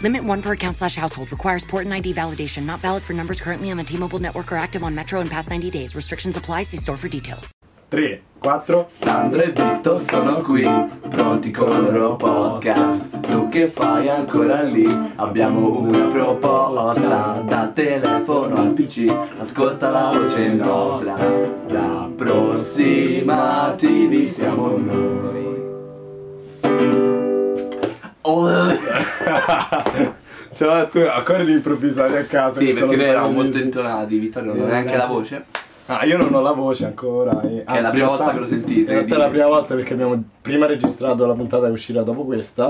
Limit one per account slash household. Requires port and ID validation. Not valid for numbers currently on the T-Mobile network or active on Metro in past 90 days. Restrictions apply. See store for details. 3, 4 Sandro e Vitto sono qui, pronti con il loro podcast. Tu che fai ancora lì? Abbiamo una proposta dal telefono al PC. Ascolta la voce nostra. Da prossimativi siamo noi. Oh, Ciao a tutti, Cioè, ancora di improvvisare a casa. Sì, che sono perché noi eravamo sbagliati. molto intonati, Vittorio non Eh, ha neanche no. la voce. Ah, io non ho la voce ancora. e- anzi, la prima in realtà- volta che lo sentite, In realtà è quindi- la prima volta perché abbiamo prima registrato la puntata che uscirà dopo questa.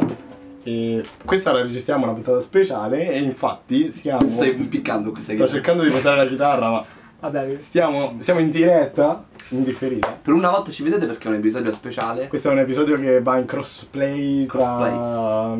E questa la registriamo una puntata speciale. E infatti siamo. Stai impiccando questa Sto chitarra. cercando di posare la chitarra, ma Vabbè, stiamo, siamo in diretta, in differita. Per una volta ci vedete perché è un episodio speciale. Questo è un episodio che va in crossplay tra,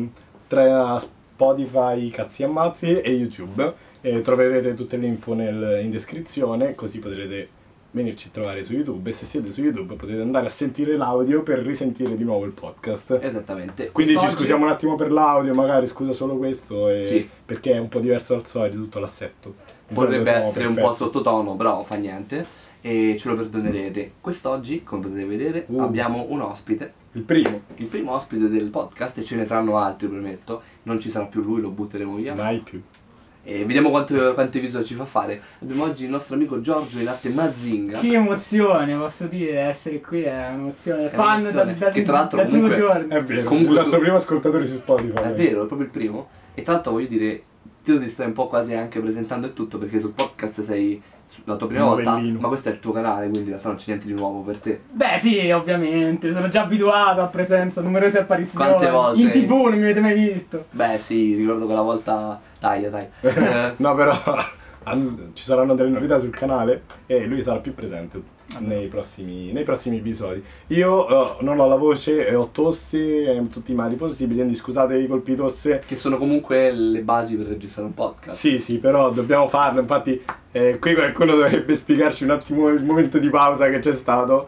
tra Spotify, cazzi e ammazzi e YouTube. E troverete tutte le info nel- in descrizione, così potrete venirci a trovare su YouTube. E se siete su YouTube potete andare a sentire l'audio per risentire di nuovo il podcast. Esatto. Esattamente. Quindi ci Quest'oggi- scusiamo un attimo per l'audio, magari scusa solo questo, e- Sì. perché è un po' diverso dal solito tutto l'assetto. Di solito Vorrebbe siamo essere un perfetti. po' sottotono, però fa niente. E ce lo perdonerete. Quest'oggi, come potete vedere, Uh. abbiamo un ospite. Il primo. Il primo ospite del podcast, e ce ne saranno altri, prometto. Non ci sarà più lui, lo butteremo via. Mai più. E vediamo quanto, quanti visual ci fa fare. Abbiamo oggi il nostro amico Giorgio in arte Mazinga. Che emozione, posso dire, essere qui è un'emozione. È Fan un'emozione, da- da- che tra l'altro dal primo comunque- giorno. È vero, Comunque il nostro tu- primo ascoltatore su Spotify. È vero, è proprio il primo. E tra l'altro voglio dire, tu ti stai un po' quasi anche presentando e tutto, perché sul podcast sei la tua prima volta, Novellino. ma questo è il tuo canale, quindi in realtà non c'è niente di nuovo per te. Beh sì, ovviamente, sono già abituato a presenza, numerose apparizioni. Quante volte? In tv non mi avete mai visto. Beh sì, ricordo quella volta... Taglia, taglia. Eh, No, però an- ci saranno delle novità sul canale e lui sarà più presente nei prossimi, nei prossimi episodi. Io eh, non ho la voce, e ho tosse e tutti i mali possibili, quindi scusate i colpi di tosse. che sono comunque le basi per registrare un podcast. Sì, sì, però dobbiamo farlo, infatti eh, qui qualcuno dovrebbe spiegarci un attimo il momento di pausa che c'è stato.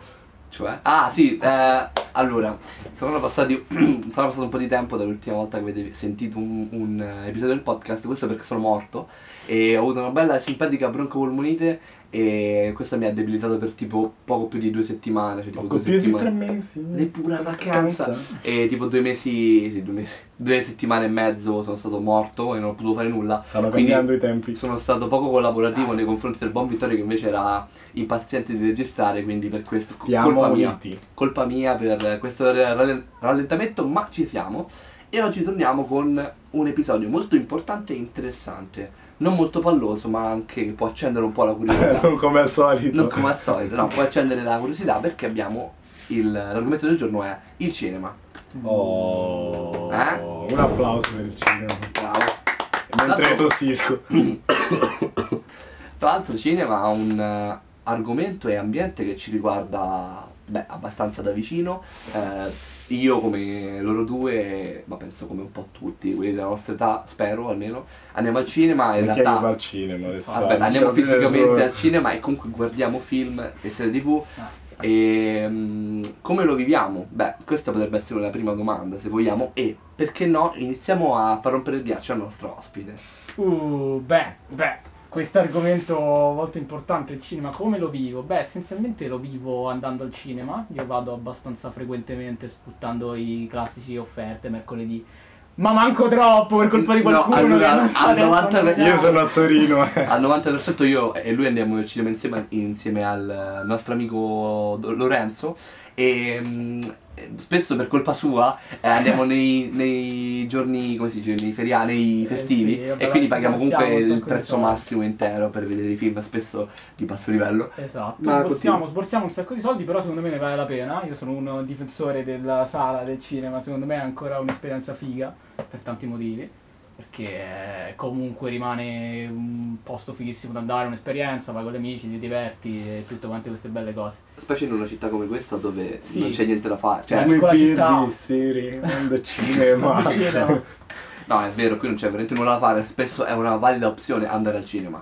Cioè? Ah sì, eh, allora, saranno passati sarà passato un po' di tempo dall'ultima volta che avete sentito un, un, eh, episodio del podcast, questo è perché sono morto e ho avuto una bella e simpatica broncopolmonite e questo mi ha debilitato per tipo poco più di due settimane, cioè tipo Poco due più di tre settimane. mesi. Le pura vacanza. Vacanza. E tipo due mesi, sì, due mesi, due settimane e mezzo sono stato morto e non ho potuto fare nulla. Stanno Quindi- cambiando i tempi. Sono stato poco collaborativo nei confronti del buon Vittorio che invece era impaziente di registrare, quindi per questo Stiamo colpa mia uniti. colpa mia per questo rall- rallentamento, ma ci siamo. E oggi torniamo con un episodio molto importante e interessante. Non molto palloso, ma anche che può accendere un po' la curiosità. Non come al solito. non come al solito, no, può accendere la curiosità perché abbiamo il- l'argomento del giorno è il cinema. Oh, Eh? un applauso per il cinema. Bravo. Mentre Tanto- tossisco. Tra l'altro il cinema ha un eh, argomento e ambiente che ci riguarda beh, abbastanza da vicino. Eh, io come loro due, ma penso come un po' tutti, quelli della nostra età, spero almeno, andiamo al cinema e Ah, in Perché chi va realtà... al cinema Cioè, adesso? Aspetta, Non ce andiamo la prendere fisicamente solo- al cinema e comunque guardiamo film e serie tv. E mm, come lo viviamo? Beh, questa potrebbe essere la prima domanda, se vogliamo, e perché no, iniziamo a far rompere il ghiaccio al nostro ospite. Uh, beh, beh, questo argomento molto importante, il cinema, come lo vivo? Beh, essenzialmente lo vivo andando al cinema, io vado abbastanza frequentemente sfruttando i classici offerte mercoledì. Ma manco troppo per colpa di No, qualcuno allora, che non sta al adesso 90% Io sono a Torino. eh. Al 90% io e lui andiamo al cinema insieme, insieme al nostro amico Do- Lorenzo e mm, spesso per colpa sua eh, andiamo nei, nei giorni, come si dice, nei feria- nei Eh, festivi sì, vabbè, e quindi ci paghiamo comunque passiamo un il sacco di prezzo soldi. massimo intero per vedere i film, spesso di basso livello. Esatto, Ma sborsiamo, continua. sborsiamo un sacco di soldi, però secondo me ne vale la pena. Io sono un difensore della sala del cinema, secondo me è ancora un'esperienza figa per tanti motivi. perché eh, comunque rimane un posto fighissimo da andare, un'esperienza, vai con gli amici, ti diverti e tutte quante queste belle cose. Specie in una città come questa dove Sì. non c'è niente da fare. Cioè, Dai. Come piccola città. Birdi, Siri, mondo cinema. no, è vero, qui non c'è veramente nulla da fare. Spesso è una valida opzione andare al cinema.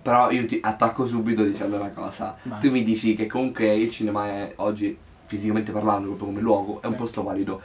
Però io ti attacco subito dicendo una cosa. Vai. Tu mi dici che comunque il cinema è oggi, fisicamente parlando, proprio come luogo, è un Sì. posto valido.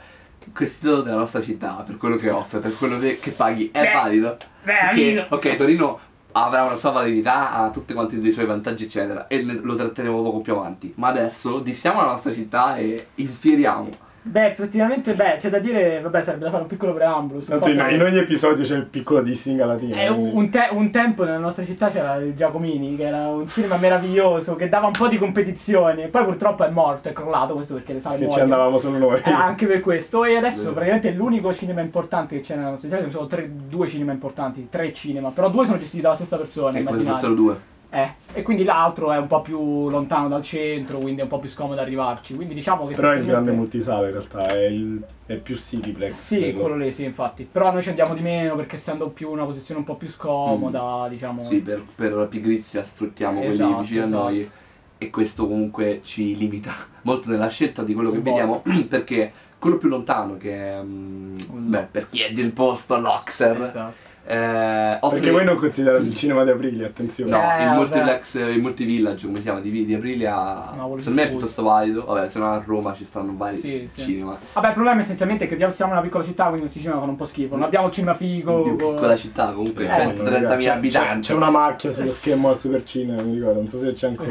Questo della nostra città, per quello che offre, per quello che, che paghi, è Beh, valido. beh, Perché, Torino. ok, Torino avrà una sua validità, ha tutti quanti dei suoi vantaggi, eccetera, e ne- lo tratteremo poco più avanti. Ma adesso dissiamo la nostra città e infieriamo. Beh, effettivamente, beh, c'è da dire, vabbè, sarebbe da fare un piccolo preambolo. sul Tanto in, fatto che- in ogni episodio c'è il piccolo dissing alla latino. Eh, un, quindi- un te- un tempo nella nostra città c'era il Giacomini, che era un cinema meraviglioso, che dava un po' di competizione. Poi purtroppo è morto, è crollato questo perché le sale Che ci muoiono. andavamo solo noi. Eh, anche per questo. E adesso Vero. praticamente è l'unico cinema importante che c'è nella nostra città. Ci sono tre- due cinema importanti, tre cinema, però due sono gestiti dalla stessa È persona. come se immaginate. fossero due. Eh, e quindi l'altro è un po' più lontano dal centro, quindi è un po' più scomodo arrivarci. Quindi diciamo che Però è il grande essenzialmente- multisale in realtà, è, il, è più Cityplex. Sì, quello. lì, sì, infatti. Però noi ci andiamo di meno perché essendo più una posizione un po' più scomoda, diciamo. Sì, per, per pigrizia sfruttiamo quelli Esatto, vicini a noi e questo comunque ci limita molto nella scelta di quello che Un vediamo perché quello più lontano che è, mm, Un beh, Loxer. per chi è del posto l'Oxer Esatto. eh, offre Perché voi non considerate il cinema di aprile, attenzione. No, Eh, il, vabbè. multiplex, il multivillage, come si chiama, di, di Aprilia, No, volevo secondo me è dire piuttosto valido. Vabbè, se no a Roma ci stanno vari Sì, sì. cinema. Vabbè, il problema essenzialmente è che siamo una piccola città, quindi questi cinema fanno un po' schifo. Non abbiamo il cinema figo. boh. Di con- piccola città, comunque, Sì, Eh, 130.000 c'è- abitanti. Eh, C'è una macchia sullo schermo al supercinema, mi ricordo, non so se c'è ancora.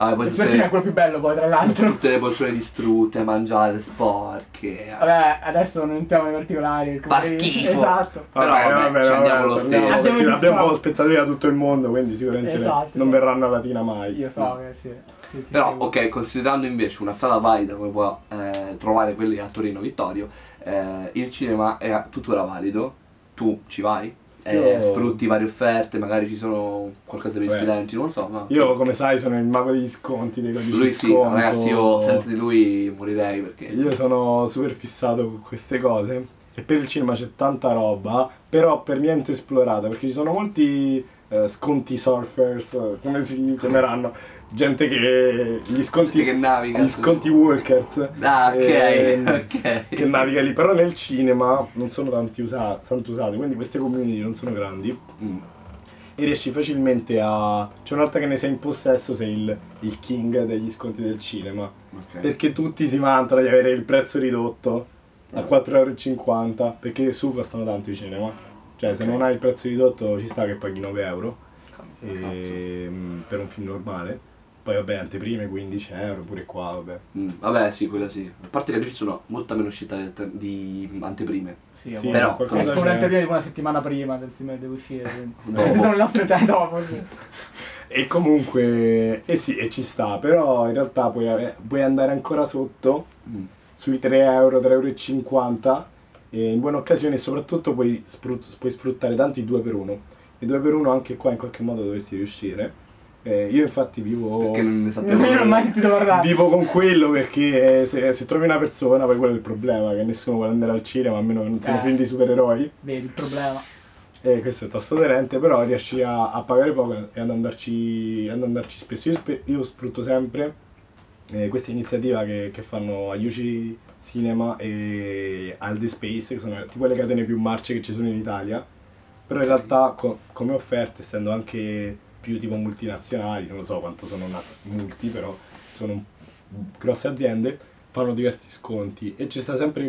Vabbè, poi Il tutte, suo cinema è quello più bello poi, tra l'altro. tutte le poltrone distrutte, mangiate sporche. Vabbè, adesso non entriamo nei particolari. perché Fa magari- schifo. Esatto. Però, vabbè, ci andiamo torniamo, lo stesso. perché Abbiamo Abbiamo distratto. spettatori da tutto il mondo, quindi sicuramente Esatto, non sì. verranno a Latina mai. Io so che sì. Mm. sì, sì, Però, sì. ok, considerando invece una sala valida come può eh, trovare quelli a Torino Vittorio, eh, il cinema è tuttora valido, tu ci vai, eh, Io- sfrutti varie offerte, magari ci sono qualcosa per gli Beh. studenti, non lo so, ma... Io, come sai, sono il mago degli sconti, dei codici Lui sì, sconto. no, ragazzi, io senza di lui morirei perché... Io sono super fissato con queste cose e per il cinema c'è tanta roba, però per niente esplorata, perché ci sono molti eh, sconti surfers, eh, come si chiameranno, gente che gli sconti Che naviga gli su- sconti walkers Ah, ok, ehm, ok. che naviga lì, però nel cinema non sono tanti usa- tanto usati, quindi queste community non sono grandi Mm. e riesci facilmente a... C'è un'altra che ne sei in possesso, sei il, il king degli sconti del cinema. ok. Perché tutti si vantano di avere il prezzo ridotto Eh. a 4,50€ perché su costano tanto i cinema. Cioè, se Ok. Ah, non hai il prezzo ridotto ci sta che paghi 9 euro Cazzo. ehm, per un film normale. Poi vabbè, anteprime 15 euro, pure qua, vabbè. Mm, Vabbè, sì, quella sì. A parte che noi ci sono molta meno uscita di, di anteprime. Sì, Sì, però- qualcosa Escono c'è. le anteprime di una settimana prima del film che deve uscire. quindi. Dopo. Queste sono le nostre tre dopo. sì. E comunque, eh sì, e ci sta, però in realtà puoi, ave- puoi andare ancora sotto Mm. sui 3 euro, 3,50 euro e in buona occasione e soprattutto puoi, sprut- puoi sfruttare tanto i 2 per 1 I 2 per 1 anche qua in qualche modo dovresti riuscire. Eh, io infatti vivo, Perché non ne sappiamo Io non ho mai sentito parlare. vivo con quello perché eh, se, se trovi una persona poi quello è il problema, che nessuno vuole andare al cinema a meno che non siano Eh. film di supereroi. Vedi il problema. E Eh, questo è tasto aderente, però riesci a, a pagare poco e ad andarci, ad andarci spesso. Io, spe- io sfrutto sempre eh, questa iniziativa che, che fanno a UC Cinema e al The Space, che sono tipo le catene più marce che ci sono in Italia. Però in realtà co- come offerte, essendo anche più tipo multinazionali, non lo so quanto sono una- multi, però sono un- grosse aziende, fanno diversi sconti e ci sta sempre,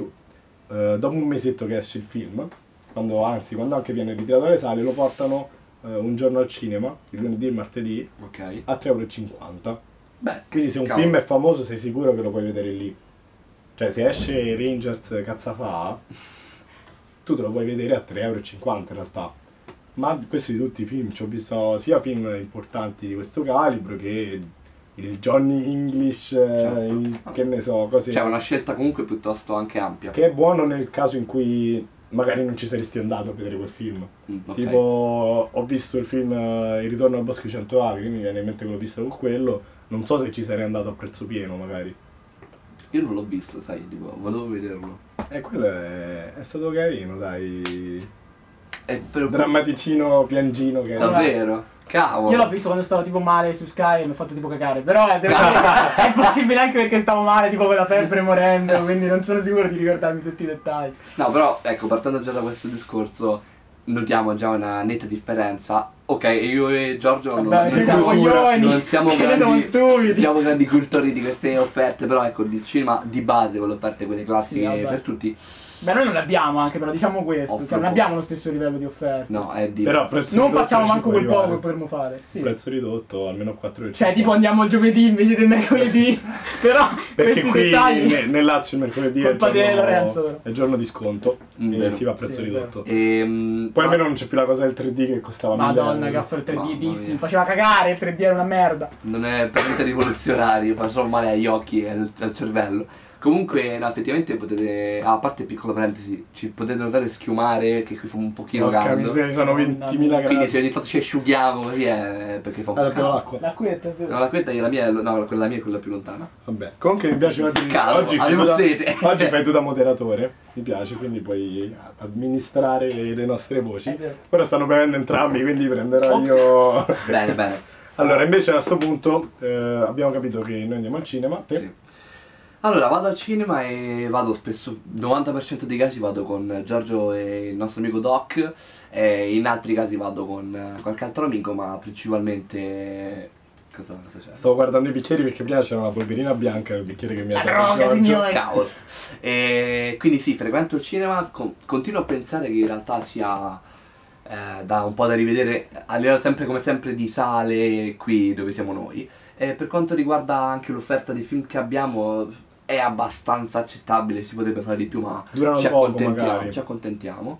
eh, dopo un mesetto che esce il film, quando, anzi quando anche viene ritirato dalle sale, lo portano eh, un giorno al cinema, il lunedì e il martedì, Ok. a 3,50 euro. Beh, Quindi se un Cavolo. film è famoso sei sicuro che lo puoi vedere lì. Cioè se esce Rangers Cazzafà, tu te lo puoi vedere a 3,50 euro in realtà. Ma questo di tutti i film, ci ho visto sia film importanti di questo calibro che il Johnny English, eh, Certo. il- che ne so, cose... Cioè, una scelta comunque piuttosto anche ampia. Che è buono nel caso in cui magari non ci saresti andato a vedere quel film. Mm, ok. Tipo, ho visto il film eh, Il ritorno al bosco di 100 acri, mi viene in mente che l'ho visto con quello. Non so se ci sarei andato a prezzo pieno, magari. Io non l'ho visto, Eh, sai, tipo, volevo vederlo. E quello è, è stato carino, dai. È per- Drammaticino piangino che Eh, Davvero? Cavolo. Io l'ho visto quando stavo tipo male su Sky e mi ho fatto tipo cagare. Però eh, devo dire, è possibile anche perché stavo male, tipo con la febbre morendo. Quindi non sono sicuro di ricordarmi tutti i dettagli. No, però ecco, partendo già da questo discorso, notiamo già una netta differenza. Ok, io e Giorgio non, Vabbè, non noi siamo coglioni, non siamo che noi grandi, siamo stupidi. siamo grandi cultori di queste offerte, però ecco, il cinema di base con le offerte quelle Sì, classiche vabbè. per tutti. Beh, noi non l'abbiamo anche, però diciamo questo. Offro cioè, non poco. abbiamo lo stesso livello di offerte. No, è di Però a prezzo non ridotto facciamo ci manco può quel poco che arrivare. potremmo fare. Sì. Prezzo ridotto, almeno 4 Cioè, tipo andiamo il giovedì invece del mercoledì. però perché questi qui dettagli. ne- nel Lazio il mercoledì è il, Colpa di Lorenzo, giorno, però. è il giorno di sconto Mm, e vero. si va a prezzo Sì, è ridotto. Ehm, Poi ah, almeno non c'è più la cosa del 3D che costava Madonna, mille che euro. offre il 3D Mamma dissi. mia. Mi faceva cagare il 3D era una merda. non è per niente rivoluzionario, fa solo male agli occhi e al, al cervello. Comunque, no, effettivamente potete. ah, a parte piccola parentesi, ci potete notare schiumare che qui fa un pochino Porca caldo. miseria, sono 20.000 Madonna Quindi gradi. se ogni tanto ci asciughiamo così è perché fa un Ah, po' abbiamo caldo. l'acqua. La quietta è vero. No, la quinta è la mia, è- no, quella mia è quella più lontana. Vabbè. Comunque mi piace oggi. Cavolo, oggi, fai avevo tu da, sete. oggi fai tu da moderatore. Mi piace, quindi puoi amministrare le, le nostre voci. È vero. Ora stanno bevendo entrambi, quindi prenderò Ops. io. Bene, bene. allora, invece a sto punto eh, abbiamo capito che noi andiamo al cinema. Te? Sì. Allora, vado al cinema e vado spesso, 90% dei casi vado con Giorgio e il nostro amico Doc, e in altri casi vado con eh, qualche altro amico, ma principalmente... Cosa, cosa c'è? Stavo guardando i bicchieri perché prima c'era una polverina bianca nel bicchiere che mi ha La dato droga, Giorgio. signore. Cavolo. E quindi sì, frequento il cinema, con- continuo a pensare che in realtà sia eh, da un po' da rivedere a livello sempre come sempre di sale qui dove siamo noi. E per quanto riguarda anche l'offerta di film che abbiamo è abbastanza accettabile, si potrebbe fare di più, ma Durano ci poco, accontentiamo, magari. ci accontentiamo.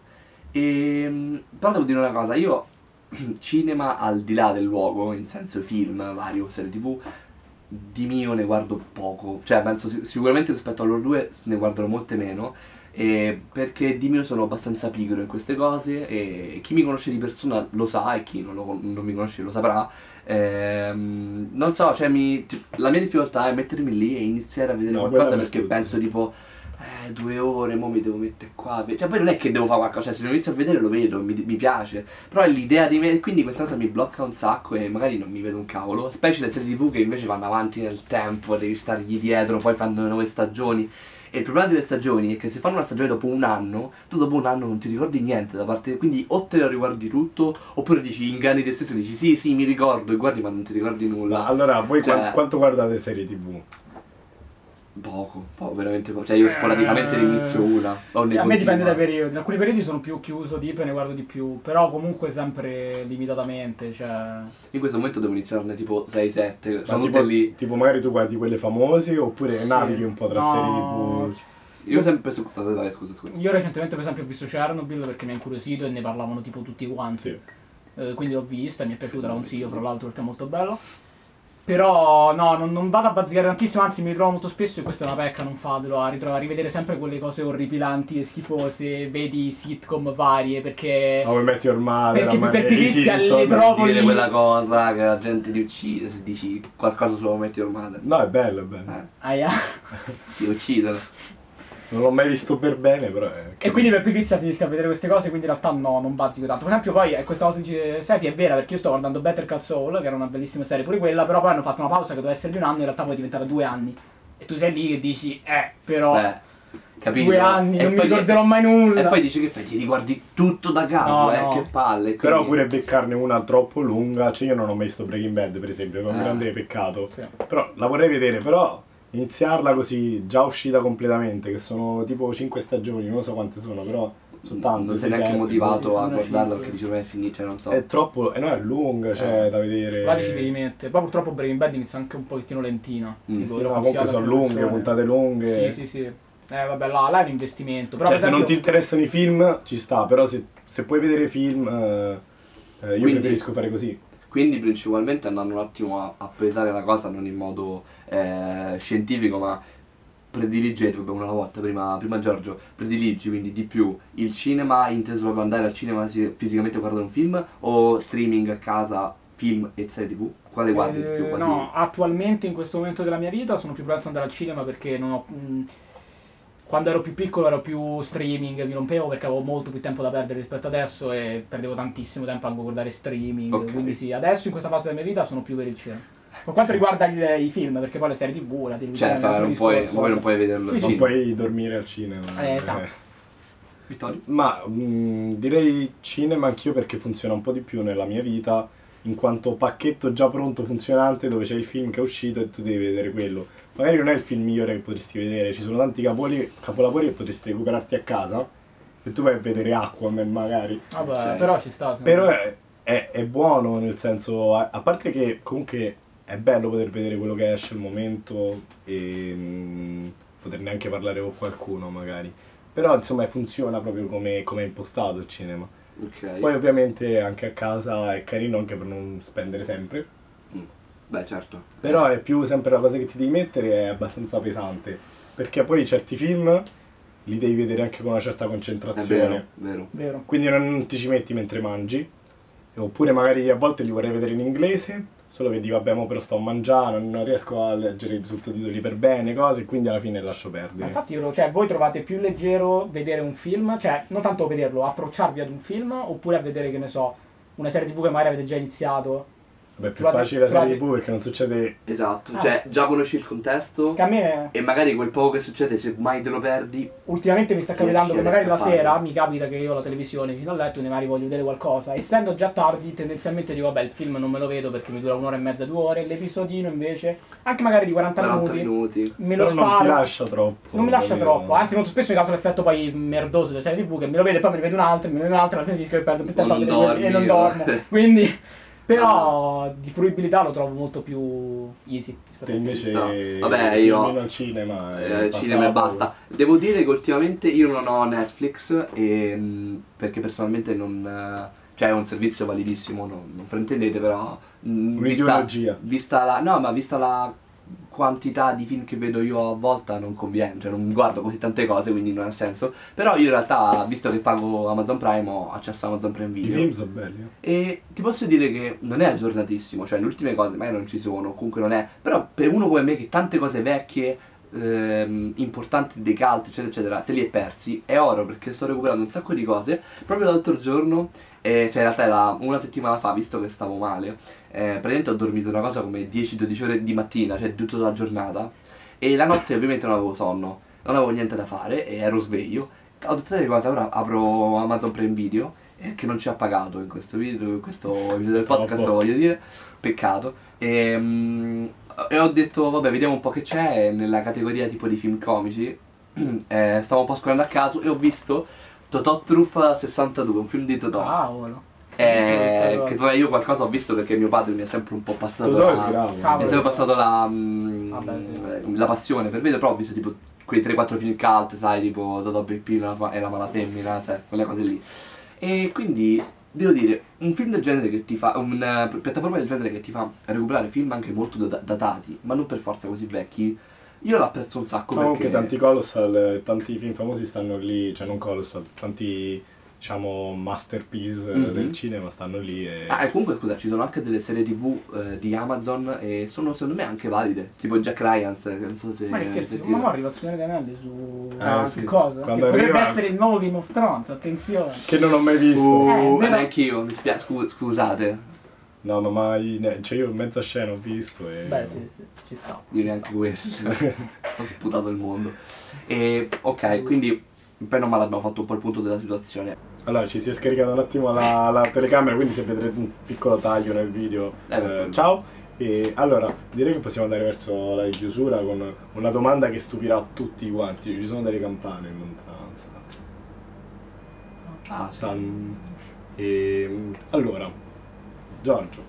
Ehm, però devo dire una cosa, io cinema al di là del luogo, in senso film, vario, serie tv, di mio ne guardo poco, cioè penso sic- sicuramente rispetto a loro due ne guarderò molte meno, e perché di mio sono abbastanza pigro in queste cose e chi mi conosce di persona lo sa e chi non, lo- non mi conosce lo saprà. Ehm, non so, cioè mi- ti- la mia difficoltà è mettermi lì e iniziare a vedere No, qualcosa quella per perché tutti. penso tipo eh, due ore, mo mi devo mettere qua. Cioè, poi non è che devo fare qualcosa, cioè, se lo inizio a vedere lo vedo, mi, mi piace. Però è l'idea di me, quindi questa cosa mi blocca un sacco e magari non mi vedo un cavolo. Specie le serie TV che invece vanno avanti nel tempo, devi stargli dietro, poi fanno nuove stagioni. E il problema delle stagioni è che se fanno una stagione dopo un anno, tu dopo un anno non ti ricordi niente da parte. Quindi o te lo riguardi tutto, oppure dici inganni te stesso e dici sì, sì, mi ricordo, e guardi, ma non ti ricordi nulla. Allora, voi Cioè- qua- quanto guardate serie tv? Poco, poco, veramente poco. Cioè io sporadicamente ne inizio una. o ne A me continuo. dipende dai periodi, in alcuni periodi sono più chiuso, tipo e ne guardo di più, però comunque sempre limitatamente, cioè... In questo momento devo iniziarne tipo 6-7, Ma sono tipo, tutte lì. tipo magari tu guardi quelle famose oppure Sì. navighi un po' tra No. serie tv? Io ho sempre su... Vabbè, vai, scusa, scusa. Io recentemente per esempio ho visto Chernobyl perché mi ha incuriosito e ne parlavano tipo tutti quanti, Sì. Eh, quindi l'ho vista, mi è piaciuta, la consiglio fra l'altro perché è molto bello. Però no, non, non vado a bazzicare tantissimo, anzi mi ritrovo molto spesso e questa è una pecca, non fatelo, a ritrovare, a rivedere sempre quelle cose orripilanti e schifose, vedi sitcom varie perché... Come metti ormai Perché mi perpigrizia le tro- Di Proprio Dire lì. quella cosa che la gente ti uccide se dici qualcosa sulla metti ormai. No, è bello, è bello. Eh, Aia. ti uccidono. Non l'ho mai visto per bene, però è... E quindi per pigrizia finisco a vedere queste cose, quindi in realtà no, non bazzico tanto. Per esempio poi eh, questa cosa di Sefi è vera perché io sto guardando Better Call Saul, che era una bellissima serie pure quella, però poi hanno fatto una pausa che doveva essere di un anno, in realtà poi è diventata due anni. E tu sei lì che dici, eh, però Beh, capito? due anni, E non mi poi- ricorderò mai nulla. E poi dici che fai? Ti riguardi tutto da capo, No, eh? no. Che palle. Quindi... Però pure beccarne una troppo lunga, cioè io non ho mai visto Breaking Bad per esempio, che è un Ah. grande peccato. Eh. Sì. Però la vorrei vedere, però iniziarla così, già uscita completamente, che sono tipo 5 stagioni, non so quante sono, però sono tante. Non sei sei neanche sette, motivato sono a una guardarla scimmia. perché dici ormai è finita, cioè, non so. È troppo, eh no, è lunga, cioè, Eh. da vedere. Là ti ci devi mettere. Poi purtroppo Breaking Bad inizia anche un pochettino lentina. Mm. tipo, Sì, l'ho ma comunque consigliata sono alle lunghe, persone. puntate lunghe. Sì, sì, sì. Eh vabbè, là, là è un investimento. Però Cioè, per se non ti esempio- interessano i film, ci sta, però se, se puoi vedere film, eh, eh, io Quindi- preferisco fare così. Quindi principalmente andando un attimo a, a pesare la cosa non in modo eh, scientifico ma prediligete, vabbè una alla volta, prima, prima Giorgio, prediligi quindi di più il cinema inteso proprio andare al cinema si- fisicamente a guardare un film o streaming a casa, film e serie tv? Quale guardi di più Eh, quasi? No, attualmente in questo momento della mia vita sono più pronto ad andare al cinema perché non ho. mh, mm, quando ero più piccolo ero più streaming, mi rompevo perché avevo molto più tempo da perdere rispetto adesso e perdevo tantissimo tempo a guardare streaming. Ok. Quindi sì, adesso in questa fase della mia vita sono più per il cinema. Per quanto riguarda il- i film, perché poi le serie tv, la televisione, Certo, è un altro non puoi, discorso. voi non puoi vederlo. Sì, al sì. Non cinema. puoi dormire al cinema. Eh, esatto. Vittorio? Ma mh, direi cinema anch'io perché funziona un po' di più nella mia vita, in quanto pacchetto già pronto, funzionante, dove c'è il film che è uscito e tu devi vedere quello. Magari non è il film migliore che potresti vedere, ci sono tanti capoli- capolavori che potresti recuperarti a casa e tu vai a vedere Aquaman magari. Vabbè, Ok. però ci sta. secondo Però me. è, è- è buono nel senso, a, a parte che comunque è bello poter vedere quello che esce al momento e mh, poterne anche parlare con qualcuno magari. Però insomma funziona proprio come, come è impostato il cinema. Ok. Poi ovviamente anche a casa è carino anche per non spendere sempre. Beh, certo. Però è più sempre la cosa che ti devi mettere è abbastanza pesante. Perché poi certi film li devi vedere anche con una certa È concentrazione vero, vero. Vero. quindi non ti ci metti mentre mangi oppure magari a volte li vorrei vedere in inglese solo che dico vabbè mo però sto mangiando non riesco a leggere i sottotitoli per bene cose quindi alla fine lascio Ma perdere infatti, io- cioè, voi trovate più leggero vedere un film, cioè non tanto vederlo, approcciarvi ad un film oppure a vedere, che ne so, una serie tv che magari avete già iniziato. vabbè è più Guarda- facile la serie guarda- tv perché non succede Esatto, Ah. cioè già conosci il contesto Che a me e magari quel poco che succede se mai te lo perdi, ultimamente mi sta capitando Riesci che a magari la capirlo. sera mi capita che io ho la televisione vicino al letto e magari voglio vedere qualcosa. Essendo già tardi, tendenzialmente dico, vabbè, il film non me lo vedo perché mi dura un'ora e mezza, due ore, l'episodino invece, anche magari di 40 40 minuti, minuti. me lo però non ti sparo. lascia troppo Non mi lascia capito? troppo, anzi molto spesso mi causa l'effetto poi merdoso delle serie tv che me lo vedo e poi me ne vedo un altro, me ne vedo un altro, alla fine finisco che perdo più Non tempo a vedere quelli- e non dormi, Ah, dormo. eh. Quindi, però di fruibilità lo trovo molto più easy. te invece Ci sta. Vabbè, il io- filmino al cinema è Eh, passato. cinema e basta. Devo dire che ultimamente io non ho Netflix e, mh, perché personalmente non... eh, Cioè è un servizio validissimo, non, non fraintendete però... mh, vista, un'ideologia vista la... No, ma vista la quantità di film che vedo io a volta non conviene, cioè non guardo così tante cose quindi non ha senso. Però io in realtà, visto che pago Amazon Prime, ho accesso a Amazon Prime i Video. film sono belli eh. E ti posso dire che non è aggiornatissimo, cioè le ultime cose magari non ci sono, comunque non è. Però per uno come me che tante cose vecchie, ehm, importanti, dei cult, eccetera, eccetera, se li è persi, è oro perché sto recuperando un sacco di cose. Proprio l'altro giorno, eh, cioè in realtà era una settimana fa, visto che stavo male, eh, praticamente ho dormito una cosa come 10-12 ore di mattina, cioè tutta la giornata. E la notte ovviamente non avevo sonno, non avevo niente da fare e ero sveglio. Ho detto sai cosa, ora apro Amazon Prime Video eh, che non ci ha pagato in questo video, in questo episodio del podcast lo Troppo. voglio dire, peccato. E, mm, e ho detto vabbè vediamo un po' che c'è e nella categoria tipo di film comici. eh, stavo un po' scorrendo a caso e ho visto Totò Truffa 62, un film di Totò. Cavolo. Eh, Questa che cosa. vabbè, io qualcosa ho visto perché mio padre mi ha sempre un po' passato Totò è la- mi sgravo è Cavolo. sempre passato la, mm, Vabbè, sì. eh, la passione per vedere, però ho visto tipo quei 3-4 film cult, sai, tipo Toto Peppino e la mala femmina, cioè quelle cose lì. E quindi devo dire, un film del genere che ti fa, una piattaforma del genere che ti fa recuperare film anche molto da- datati, ma non per forza così vecchi, io l'apprezzo un sacco comunque perché... tanti colossal eh, tanti film famosi stanno lì cioè non colossal tanti diciamo masterpiece eh, Mhm. del cinema stanno lì e Ah, e comunque scusa, ci sono anche delle serie tv eh, di Amazon e sono secondo me anche valide, tipo Jack Ryans, che non so se... Eh, Ma che scherzi, se ti- ma mo arriva il Signore degli Anelli su... Ah, su sì. cosa? Quando che potrebbe arriva- essere il nuovo Game of Thrones, attenzione. che non ho mai visto Uh, Eh, neanche io, mi spia- scu- scusate, No, ma mai. ne- Cioè, io mezza scena ho visto e. Beh sì, sì, ci sta. io ci neanche sta. questo. Ho sputato il mondo. E ok, quindi bene o male abbiamo fatto un po' il punto della situazione. Allora, ci si è scaricata un attimo la, la telecamera, quindi se vedrete un piccolo taglio nel video. Eh, beh. eh, ciao! E allora, direi che possiamo andare verso la chiusura con una domanda che stupirà tutti quanti. Ci sono delle campane in lontananza. Ah, sì. Tan. E, Ehm, allora, Giorgio,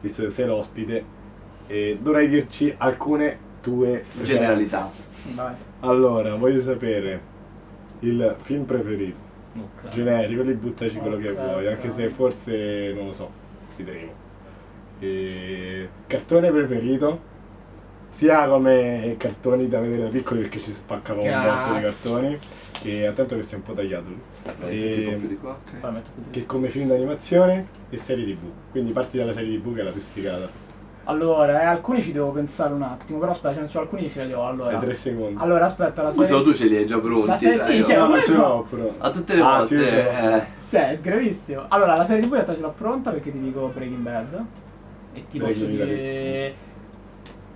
visto che sei l'ospite, eh, dovrai dirci alcune tue preferenze. Generalità. Vai. Allora, voglio sapere il film preferito. Ok. generico, lì buttaci quello che Ok, vuoi, anche ok. se forse non lo so, vedremo. E... Cartone preferito? Sia come cartoni da vedere da piccoli perché ci spaccavamo un botto di Cazzo. cartoni e attento che sia un po' tagliato Ehm, lui. Dai, tutti i E- compiti qua, ok. Poi metto qui dentro. Che come film d'animazione e serie tv, quindi parti dalla serie tv che è la più sfigata. Allora, eh, alcuni ci devo pensare un attimo, però aspetta, ce ne sono alcuni ce li ho. E Allora, tre secondi. allora aspetta, la Poi solo serie... tu ce li hai già pronti. Ma se- dai, sì, no? cioè, no, non ma come ce fa? l'ho però. A tutte le Ah, volte. sì, ce l'ho. eh, Cioè, è sgravissimo. Allora, la serie TV in realtà ce l'ho pronta perché ti dico Breaking Bad. E ti posso Breaking Bad. dire...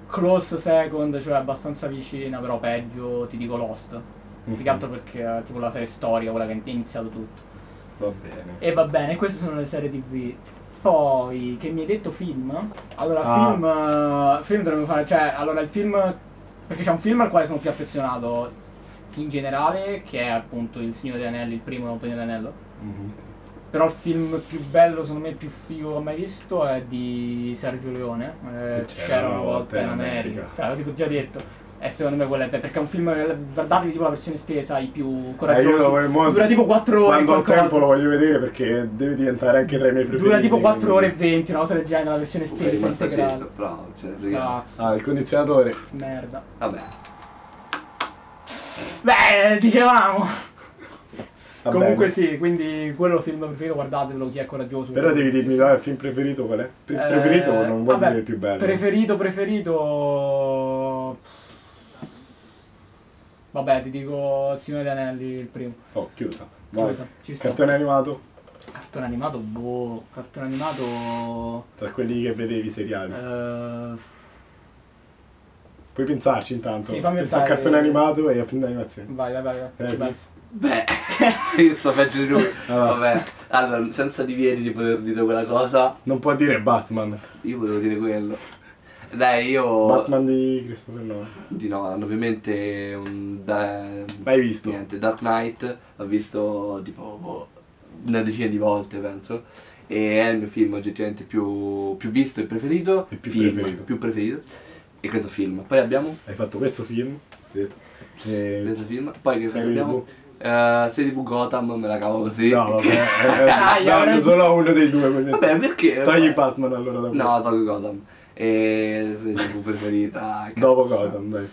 Close Second, cioè abbastanza vicina, però peggio, ti dico Lost. Mhm. Più che altro perché è tipo la serie storia, quella che ha iniziato tutto. Va bene. E va bene, queste sono le serie TV. Poi, che mi hai detto film? Allora, Ah. film... eh, Film dovremmo fare... Cioè, allora, il film... Perché c'è un film al quale sono più affezionato in generale, che è appunto Il Signore degli Anelli, il primo Signore degli Anello. Mhm. Però il film più bello, secondo me, il più figo che ho mai visto è di Sergio Leone. eh, C'era C'era una volta in America. Cioè, l'avevo tipo già detto. E secondo me quella è perché è un film. Guardatevi tipo la versione estesa, i più Eh, io lo- coraggiosi. mo- Dura tipo 4 ore. Quando ho qualcosa. tempo lo voglio vedere perché deve diventare anche tra i miei preferiti. Dura tipo 4 ore e quindi- 20, una cosa del genere, la versione Uff, è estesa rimasto acceso, integrale. bravo, ce ne frega. Cazzo, Ah, il condizionatore. merda. Vabbè. Beh, dicevamo. Va Comunque bene. sì, quindi quello film preferito, guardatevelo chi è coraggioso. Però devi dirmi dai dai, il film preferito qual è? Pre- preferito Eh, non vuol vabbè, dire il più bello. Preferito, preferito. Vabbè, ti dico Signore degli Anelli il primo. oh, chiusa. Vai. Chiusa, ci sto. Cartone animato. Cartone animato, boh. Cartone animato. Tra quelli che vedevi seriali. eh, Puoi pensarci intanto. Sì, fammi Pensa al pensare. cartone animato e a film d'animazione. vai, vai, vai. vai. Eh, Ci penso. Beh, io sto peggio di lui. Allora. Vabbè. Allora, senza divieti di poter dire quella cosa, Non può dire Batman. io volevo dire quello. Dai, io. Batman di Christopher Nolan. Di Nolan, ovviamente. Un, da- Mai visto? Niente, Dark Knight l'ho visto tipo boh, una decina di volte, penso. E è il mio film oggettivamente più, più visto e preferito. E più film, preferito. più preferito. E questo film. Poi abbiamo Hai fatto questo film? Hai detto. Eh, questo film. Poi che cosa serie abbiamo? TV. Eh, serie TV Gotham, me la cavo così. No, vabbè. eh, eh, Dai, no, avrei- solo uno dei due. quindi- Vabbè, perché? Togli Batman allora da questo. No, tolgo Gotham. E serie TV preferita. cazzo. Dopo Gotham, dai.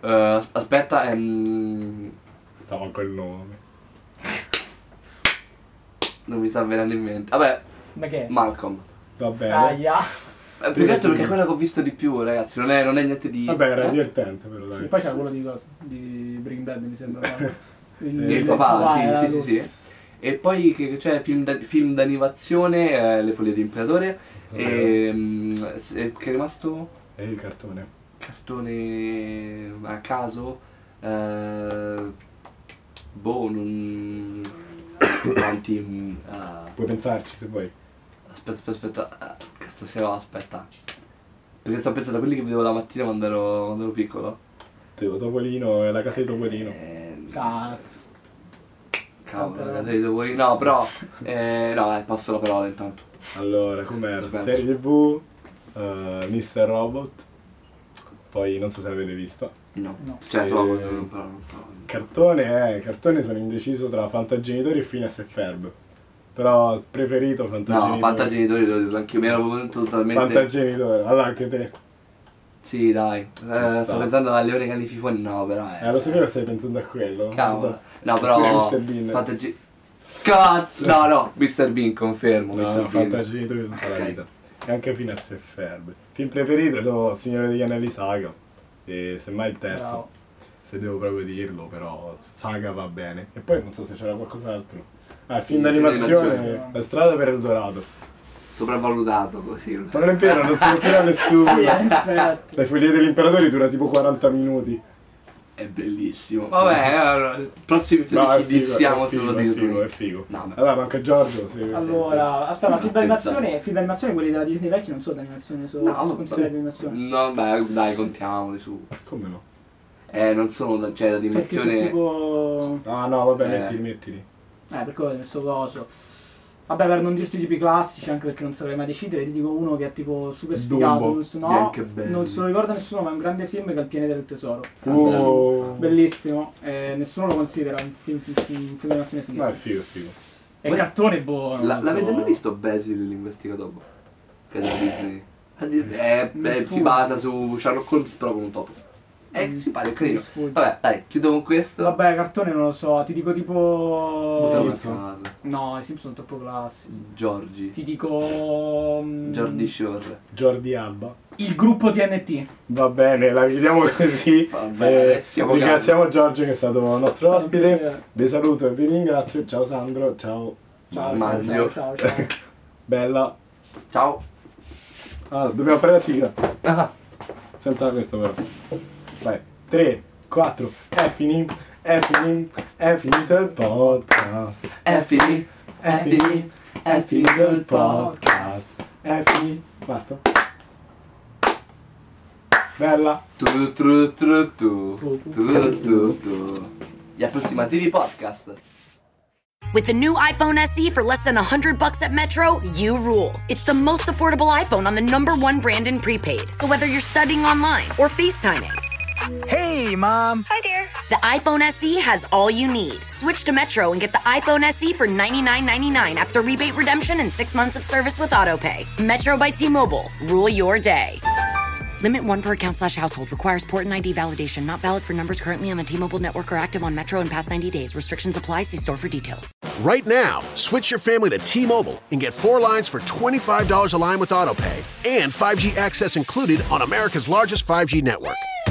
Eh, as- aspetta, ehm, Stavo ancora il nome. non mi sta venendo in mente. Vabbè, Ma che? è? Malcolm. Va bene. Aia. Eh, Più che altro perché Sì. è quella che ho visto di più, ragazzi. Non è, non è niente di. Vabbè, era eh? divertente però, dai. E poi c'era quello di cosa? Di Breaking Bad, mi sembra. no? Il Il papà, papà, era sì, sì, lui. sì, sì. E poi che che c'è film, da- film d'animazione, eh, Le foglie dell'imperatore. E, mm, s- e che è rimasto E Eh, il cartone. cartone a caso. eh, boh, non. Quanti. mm, ah, Puoi pensarci se vuoi. aspetta, aspetta, aspetta. ah, Cazzo, se no, aspetta. Perché sto pensando a quelli che vedevo la mattina quando ero, quando ero piccolo. Tipo Topolino e la casa di Topolino. Eh, Cazzo. Cavolo, ragazzi, devo dire- No, però. eh, no, eh, passo la parola intanto. Allora, com'era? Penso. Serie TV, eh, Mr. Robot. Poi non so se l'avete vista. No. No. Cioè, so, Eh, quello non però non so. Cartone, eh, cartone sono indeciso tra Fantagenitori e Phineas e Ferb. Però preferito Fantagenitori. No, fantagenitori devo dirlo anch'io, mi ero proprio totalmente. Fantagenitori, allora anche te. sì, dai. Eh, sta. sto pensando a Leone Calififone, no, però. Eh, Eh, lo sapevo che stai pensando a quello. Cavolo. No, Pure però. Mr. Bean. Fantagenitori. Cazzo! No, no, Mr. Bean, confermo. No, Mr. Bean. Fantagenitori tutta la Ok. vita. E anche Phineas e Ferb. Film preferito è stato Signore degli Anelli Saga. E semmai il terzo. Bravo. se devo proprio dirlo, però Saga va bene. E poi non so se c'era qualcos'altro. Ah, il film d'animazione, D'animazione. La strada per Eldorado. Sopravvalutato quel film. Ma non è vero, non se lo tira nessuno. Sì, in effetti. Le foglie degli imperatori dura tipo 40 minuti. È bellissimo. Vabbè, allora, prossimi No, se è ci figo, dissiamo è figo, solo è di figo, è figo. No, ma- Allora, manca Giorgio, sì. sì. Allora, aspetta, ma film d'animazione, Attenzione. film d'animazione quelli della Disney vecchi non sono d'animazione, sono No, sono vabbè. considerati animazione. No, beh, dai, contiamoli su. Come no? Eh, non sono, da- cioè, la Cioè, che sono dimensione... tipo... Ah no, vabbè, Eh. mettili, mettili. Eh, per quello ho messo coso. Vabbè, per non dirti tipi classici, anche perché non saprei mai decidere, ti dico uno che è tipo super Dumbo, sfigato, non so- no, Biancaberry. non se lo ricorda nessuno, ma è un grande film che è Il pianeta del tesoro. Oh. Bellissimo, eh, nessuno lo considera un film, un film di animazione Ma è fighissimo. figo, è figo. È cartone buono. La- l'avete mai visto Basil l'investigatore? Che è della Disney? Eh, beh, Mi si sfugge. basa su Sherlock Holmes però con un topo. È Mm. simpatico, credo. Mi sfugge. Vabbè, dai, chiudo con questo. Vabbè, cartone non lo so, ti dico tipo... Sono Simpson. emozionato. No, i Simpson troppo classici. Giorgi. Ti dico... mm, Jordi Shore. Jordi Alba. Il gruppo TNT. Va bene, la chiudiamo così. Va bene, Eh, siamo ringraziamo Giorgio che è stato nostro Grazie. ospite. Vi saluto e vi ringrazio. Ciao Sandro, ciao Ciao, Marzio. ciao, ciao, ciao. Bella. Ciao. Ah, dobbiamo fare la sigla. Ah, Senza questo però. Vai. 3, 4, è finito, è finito, è finito il podcast. è finito. È finito. È finito il podcast. È finito. Basta. Bella. Tu tu tu tu. Tu tu tu. Gli approssimativi podcast. With the new iPhone SE for less than 100 bucks at Metro, you rule. It's the most affordable iPhone on the number one brand in prepaid. So whether you're studying online or FaceTiming, Hey, Mom. Hi, dear. the iPhone SE has all you need. Switch to Metro and get the iPhone SE for $99.99 after rebate redemption and six months of service with AutoPay. Metro by T-Mobile. Rule your day. Limit one per account slash household. Requires port and ID validation. Not valid for numbers currently on the T-Mobile network or active on Metro in past 90 days. Restrictions apply. See store for details. Right now, switch your family to T-Mobile and get four lines for $25 a line with AutoPay and 5G access included on America's largest 5G network.